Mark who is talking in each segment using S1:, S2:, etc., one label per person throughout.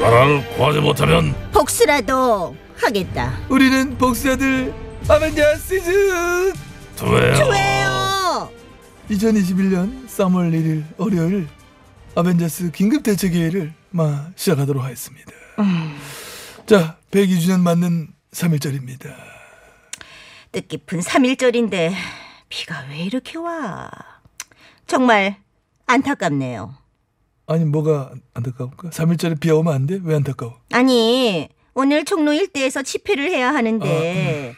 S1: 나라를 구하지 못하면
S2: 복수라도 하겠다.
S3: 우리는 복수자들 아벤자 시즌
S1: 두해요.
S2: 왜요?
S3: 2021년 3월 1일 월요일 아벤자스 긴급 대책회의를 마 시작하도록 하겠습니다. 자, 102주년 맞는 3일절입니다.
S2: 뜻깊은 3일절인데 비가 왜 이렇게 와? 정말 안타깝네요.
S3: 아니 뭐가 안타까울까? 3일절에 비 오면 안 돼? 왜 안타까워?
S2: 아니 오늘 종로 일대에서 집회를 해야 하는데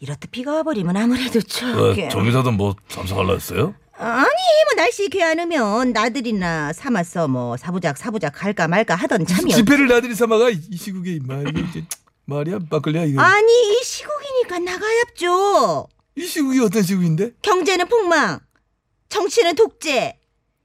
S2: 이렇듯 비가 와버리면 아무래도 저게
S1: 왜 정기사든 뭐 참석할라 했어요?
S2: 아니 뭐 날씨 괴한으면 나들이나 삼아서 뭐 사부작 사부작 할까 말까 하던 참이었
S3: 집회를 나들이 삼아가 이- 이 시국에 말이 이제 말이야 막걸리야 이거.
S2: 아니 이 시국이니까 나가야죠
S3: 이 시국이 어떤 시국인데?
S2: 경제는 폭망 정치는 독재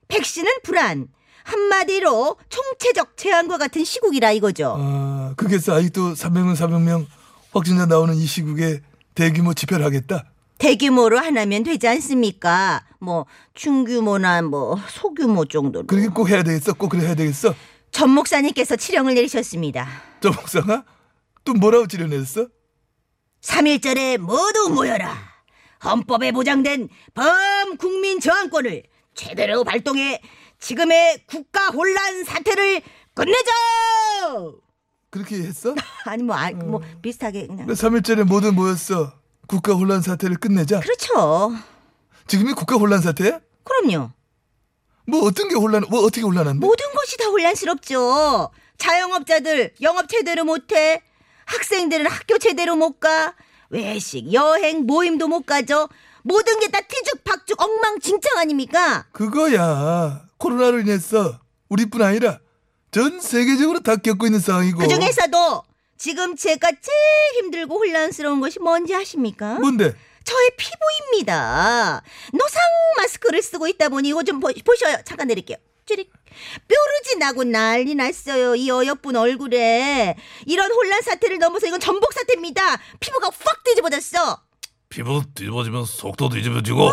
S2: 백신은 불안 한마디로 총체적 재앙과 같은 시국이라 이거죠
S3: 아, 그게서 아직도 300명 400명 확진자 나오는 이 시국에 대규모 집회를 하겠다.
S2: 대규모로 하나면 되지 않습니까 뭐 중규모나 뭐 소규모 정도로
S3: 그렇게 꼭 해야 되겠어. 꼭 그래 해야 되겠어.
S2: 전 목사님께서 치령을 내리셨습니다
S3: 저 목사가 또 뭐라고 지려냈어?
S2: 3.1절에 모두 모여라. 헌법에 보장된 범국민 저항권을 제대로 발동해 지금의 국가 혼란 사태를 끝내자!
S3: 그렇게 했어?
S2: 아니 뭐, 아, 뭐 비슷하게 그냥.
S3: 3일절에 모두 모였어. 국가 혼란 사태를 끝내자.
S2: 그렇죠.
S3: 지금이 국가 혼란 사태야?
S2: 그럼요.
S3: 뭐 어떤 게 혼란? 뭐 어떻게 혼란한데?
S2: 모든 것이 다 혼란스럽죠. 자영업자들 영업 제대로 못해. 학생들은 학교 제대로 못 가. 외식, 여행, 모임도 못 가죠. 모든 게 다 티죽박죽 엉망진창 아닙니까?
S3: 그거야. 코로나로 인해서 우리뿐 아니라 전 세계적으로 다 겪고 있는 상황이고.
S2: 그 중에서도 지금 제가 제일 힘들고 혼란스러운 것이 뭔지 아십니까?
S3: 뭔데?
S2: 저의 피부입니다. 노상 마스크를 쓰고 있다 보니 이거 좀 보, 보셔요. 잠깐 내릴게요. 쭈릭. 뾰루지 나고 난리 났어요. 이 어여쁜 얼굴에. 이런 혼란 사태를 넘어서 이건 전복 사태입니다. 피부가 확 뒤집어졌어.
S1: 피부 뒤집어지면 속도
S2: 아!
S1: 뒤집어지고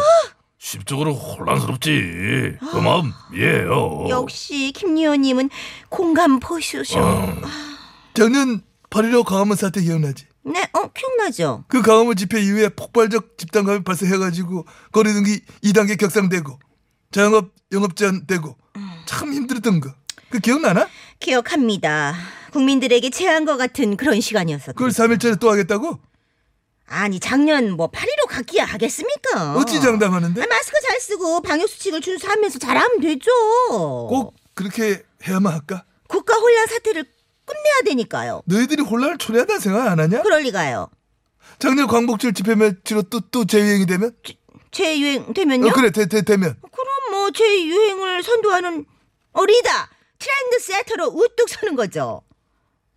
S1: 십적으로 혼란스럽지. 그 마음 이해해요.
S2: 역시 김리호님은 공감 보시죠.
S3: 어. 작년 8.15 광화문 사태 기억나지?
S2: 네, 어, 기억나죠?
S3: 그 광화문 집회 이후에 폭발적 집단 감염 발생해가지고 거리두기 2단계 격상되고 자영업 영업 제한되고 참 힘들었던 거. 그 기억나나?
S2: 기억합니다. 국민들에게 제한과 같은 그런 시간이었었죠.
S3: 그걸 3일째에 또 하겠다고?
S2: 아니 작년 뭐 파리로 가기야 하겠습니까?
S3: 어찌 장담하는데?
S2: 아, 마스크 잘 쓰고 방역 수칙을 준수하면서 잘하면 되죠.
S3: 꼭 그렇게 해야만 할까?
S2: 국가 혼란 사태를 끝내야 되니까요.
S3: 너희들이 혼란을 초래하다 생각 안 하냐?
S2: 그럴 리가요.
S3: 작년 광복절 집회 며칠 후 또, 또 재유행이 되면?
S2: 재유행
S3: 어,
S2: 되면요?
S3: 그래, 되, 되, 되면.
S2: 럼뭐 재유행을 선도하는 어 리다 트렌드 세터로 우뚝 서는 거죠.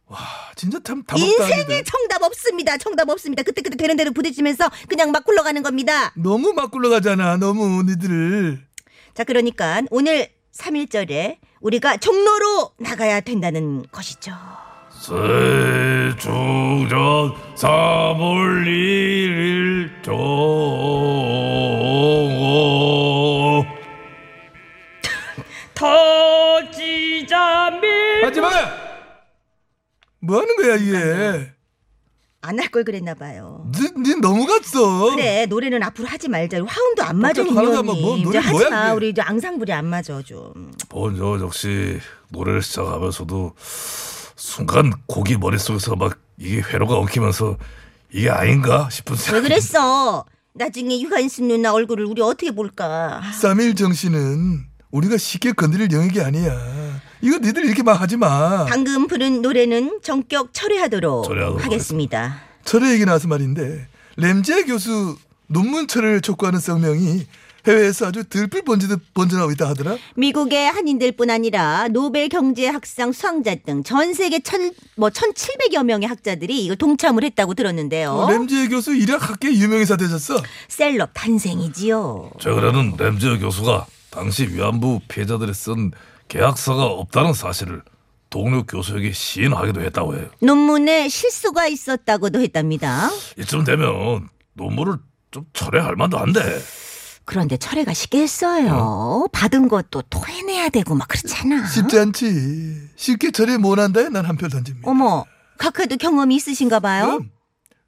S3: 아, 진짜 참
S2: 인생에
S3: 다목다이들
S2: 정답 없습니다. 정답 없습니다. 그때그때 되는 대로 부딪히면서 그냥 막 굴러가는 겁니다.
S3: 너무 막 굴러가잖아, 너무, 니들.
S2: 자 그러니까 오늘 3.1절에 우리가 종로로 나가야 된다는 것이죠.
S1: 세충전 3월 1일 종호
S3: 하지 마! 뭐 하는 거야, 이게?
S2: 안 할 걸 그랬나 봐요.
S3: 니, 니 너무 갔어.
S2: 그래 노래는 앞으로 하지 말자. 화음도 안 맞아
S3: 걱정 말아봐.
S2: 김연이.
S3: 뭐 노래
S2: 이제 하지
S3: 뭐야,
S2: 마.
S3: 그게.
S2: 우리 이제 앙상블이 안 맞아 좀.
S1: 본저 역시 노래를 시작하면서도 순간 곡이 머릿속에서 막 이게 회로가 엉키면서 이게 아닌가 싶은
S2: 왜
S1: 생각이
S2: 그랬어? 나중에 유한순 누나 얼굴을 우리 어떻게 볼까?
S3: 3일 정신은 우리가 쉽게 건드릴 영역이 아니야. 이거 니들 이렇게 막 하지 마.
S2: 방금 부른 노래는 전격 철회하도록
S1: 철회하도록
S2: 하겠습니다.
S3: 철의 얘기 나와서 말인데 램제 교수 논문처를 촉구하는 성명이 해외에서 아주 들필 번지듯 번져나오고 있다 하더라.
S2: 미국의 한인들뿐 아니라 노벨 경제학상 수상자 등 전 세계 천뭐 1,700여 명의 학자들이 이걸 동참을 했다고 들었는데요.
S3: 어, 램지 교수 일약학계 유명인사 되셨어.
S2: 셀럽 탄생이지요.
S1: 최근에는 램즈 교수가 당시 위안부 피해자들이 쓴 계약서가 없다는 사실을 동료 교수에게 시인하기도 했다고 해요.
S2: 논문에 실수가 있었다고도 했답니다.
S1: 이쯤 되면 논문을 좀 철회할 만도 한데
S2: 그런데 철회가 쉽겠어요. 받은 것도 토해내야 되고 막 그렇잖아.
S3: 쉽지 않지. 쉽게 처리 못한다에 난 한 표 던집니다.
S2: 어머, 각하도 경험이 있으신가 봐요.
S3: 그럼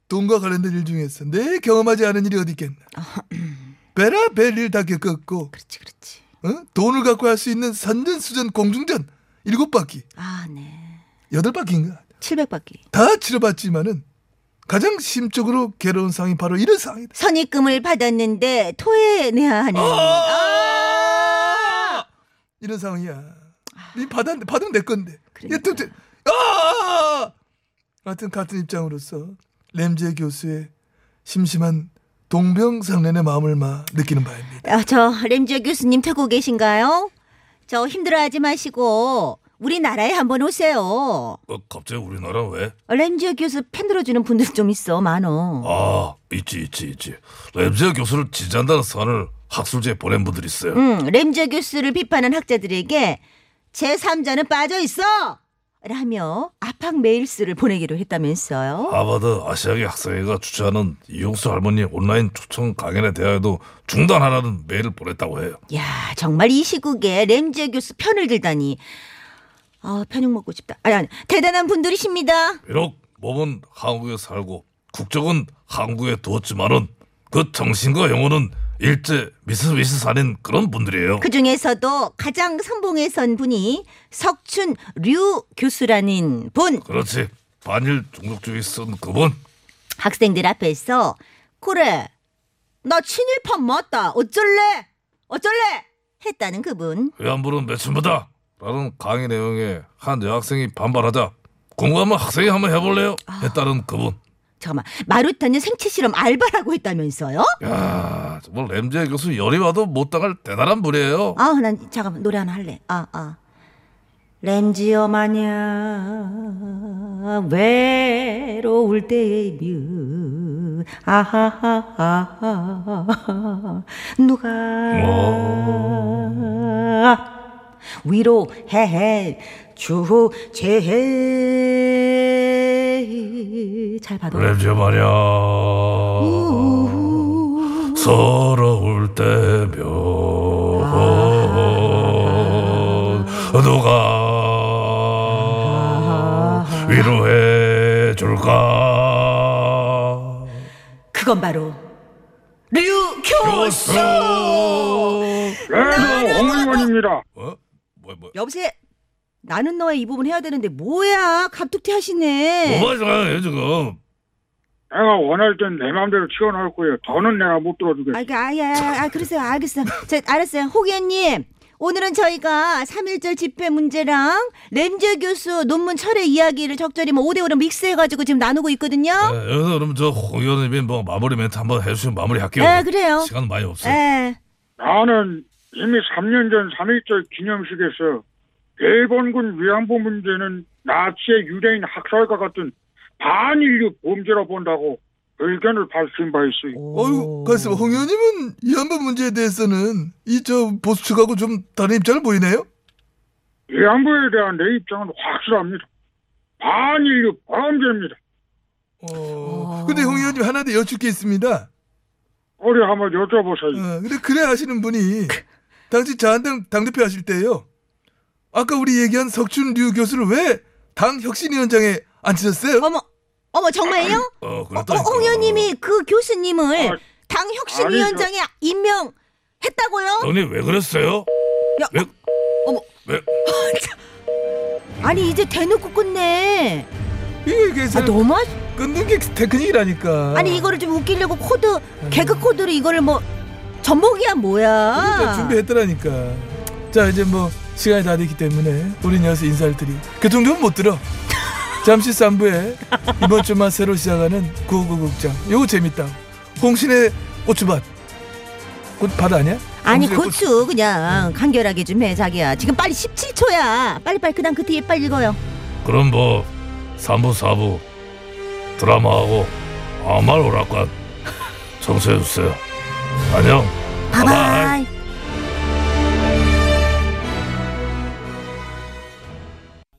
S3: 돈과 관련된 일 중에서 내 경험하지 않은 일이 어디 있겠나. 베라 벨일 다 겪었고
S2: 그렇지, 그렇지.
S3: 어? 돈을 갖고 할 수 있는 선전수전 공중전 일곱 바퀴
S2: 아, 네.
S3: 여덟 바퀴인가
S2: 700바퀴.
S3: 다 치러봤지만은 가장 심적으로 괴로운 상황이 바로 이런 상황이다.
S2: 선입금을 받았는데 토해내야 하는.
S3: 어!
S2: 아!
S3: 이런 상황이야. 이 받았는데 받으면 내 건데.
S2: 그러니까.
S3: 이게 도대체 아! 하여튼 같은 입장으로서 램제 교수의 심심한 동병상련의 마음을 막 느끼는 바입니다.
S2: 아, 저 램지어 교수님 되고 계신가요? 저 힘들어하지 마시고 우리나라에 한번 오세요.
S1: 어, 갑자기 우리나라 왜?
S2: 램지어 교수 편 들어주는 분들 좀 있어 많어.
S1: 아 있지 있지 있지. 램즈 교수를 지지한다는 선을 학술지에 보낸 분들이 있어요.
S2: 음, 램지어 교수를 비판한 학자들에게 제 3자는 빠져 있어. 라며 압박 메일스를 보내기로 했다면서요.
S1: 하버드 아시아계 학생회가 주최하는 이용수 할머니 온라인 초청 강연에 대하여도 중단하라는 메일을 보냈다고 해요.
S2: 야, 정말 이 시국에 램지어 교수 편을 들다니. 아, 편육 먹고 싶다. 아니, 아니, 대단한 분들이십니다.
S1: 비록 몸은 한국에 살고 국적은 한국에 두었지만은 그 정신과 영혼은 일제 미스미스산인 그런 분들이에요.
S2: 그 중에서도 가장 선봉에 선 분이 석춘 류 교수라는 분
S1: 그렇지. 반일 종족주의 쓴 그분
S2: 학생들 앞에서 그래 나 친일파 맞다 어쩔래 어쩔래 했다는 그분
S1: 회안부는 매춘부다 라는 강의 내용에 한 여학생이 반발하자 궁금하면 학생이 한번 해볼래요? 했다는 그분
S2: 잠깐만 마루타는 생체 실험 알바라고 했다면서요?
S1: 야 정말 램제 교수 열이 와도 못 당할 대단한 분이에요
S2: 아 난 잠깐만 노래 하나 할래 아 아. 램지어 마냥 외로울 때며 아하하하 누가 위로해 주제 잘 받아
S1: 램제 마냥 서러울 때면 누가 위로해 줄까
S2: 그건 바로 류교
S1: 교수
S4: 그래도 어머니원입니다.
S1: 어? 뭐야 뭐야
S2: 여보세요. 나는 너의 이 부분 해야 되는데 뭐야? 갑툭튀 하시네.
S1: 뭐가 이상해 지금
S4: 내가 원할 땐 내 마음대로 치워놓을 거예요. 더는 내가 못 들어주겠어.
S2: 아, 그, 아, 예, 아, 그러세요. 알겠어요. 저, 알았어요. 호기현님, 오늘은 저희가 3.1절 집회 문제랑 램제 교수 논문 철회 이야기를 적절히 뭐 5대5로 믹스해가지고 지금 나누고 있거든요.
S1: 네, 여기서 그럼 저홍 의원님이 뭐 마무리 멘트 한번 해주시면 마무리할게요.
S2: 네, 그래요.
S1: 시간 많이 없어요.
S2: 예.
S4: 나는 이미 3년 전 3.1절 기념식에서 일본군 위안부 문제는 나치의 유대인 학살과 같은 반인류 범죄라 본다고 의견을 밝힌 바 있어요.
S3: 어휴, 글쎄, 홍 의원님은 이 한번 문제에 대해서는 이 저 보수 측하고 좀 다른 입장을 보이네요.
S4: 위안부에 대한 내 입장은 확실합니다. 반인류 범죄입니다.
S3: 어. 근데 홍 의원님 하나 더 여쭙게 있습니다.
S4: 어려 한번 여쭤보세요.
S3: 어, 근데 그래 하시는 분이 당시 자한당 당대표 하실 때요. 아까 우리 얘기한 석준 류 교수를 왜 당 혁신위원장에 앉히셨어요?
S2: 어머, 어머, 정말요?
S1: 어,
S2: 어,
S1: 그랬다.
S2: 어, 홍 의원님이 그 교수님을
S4: 아,
S2: 당 혁신위원장에 임명했다고요?
S1: 형님 왜 그랬어요?
S2: 야,
S1: 왜?
S2: 어머.
S3: 네.
S1: 왜?
S2: 아니, 이제 대놓고 끝내.
S3: 이게 이게
S2: 아,
S3: 사람
S2: 너무 하
S3: 끊는 게 테크닉이라니까.
S2: 아니 이거를 좀 웃기려고 코드 개그 코드로 이거를 뭐 전복이야 뭐야?
S3: 그러니까 준비했더라니까. 자 이제 뭐 시간이 다 됐기 때문에 우린 여기서 인사를 드리. 그 교통정보 못 들어. 잠시 3부에 이번 주만 새로 시작하는 구호구국장 요거 재밌다. 홍신의 고추밭. 꽃밭 아니야?
S2: 아니
S3: 당신의
S2: 고추 그냥 간결하게 좀 해 자기야 지금 빨리 17초야 빨리 빨리 그다음 그 뒤에 빨리 읽어요
S1: 그럼 뭐 3부 4부 드라마하고 아말 오락관 청소해주세요 안녕
S2: 봐봐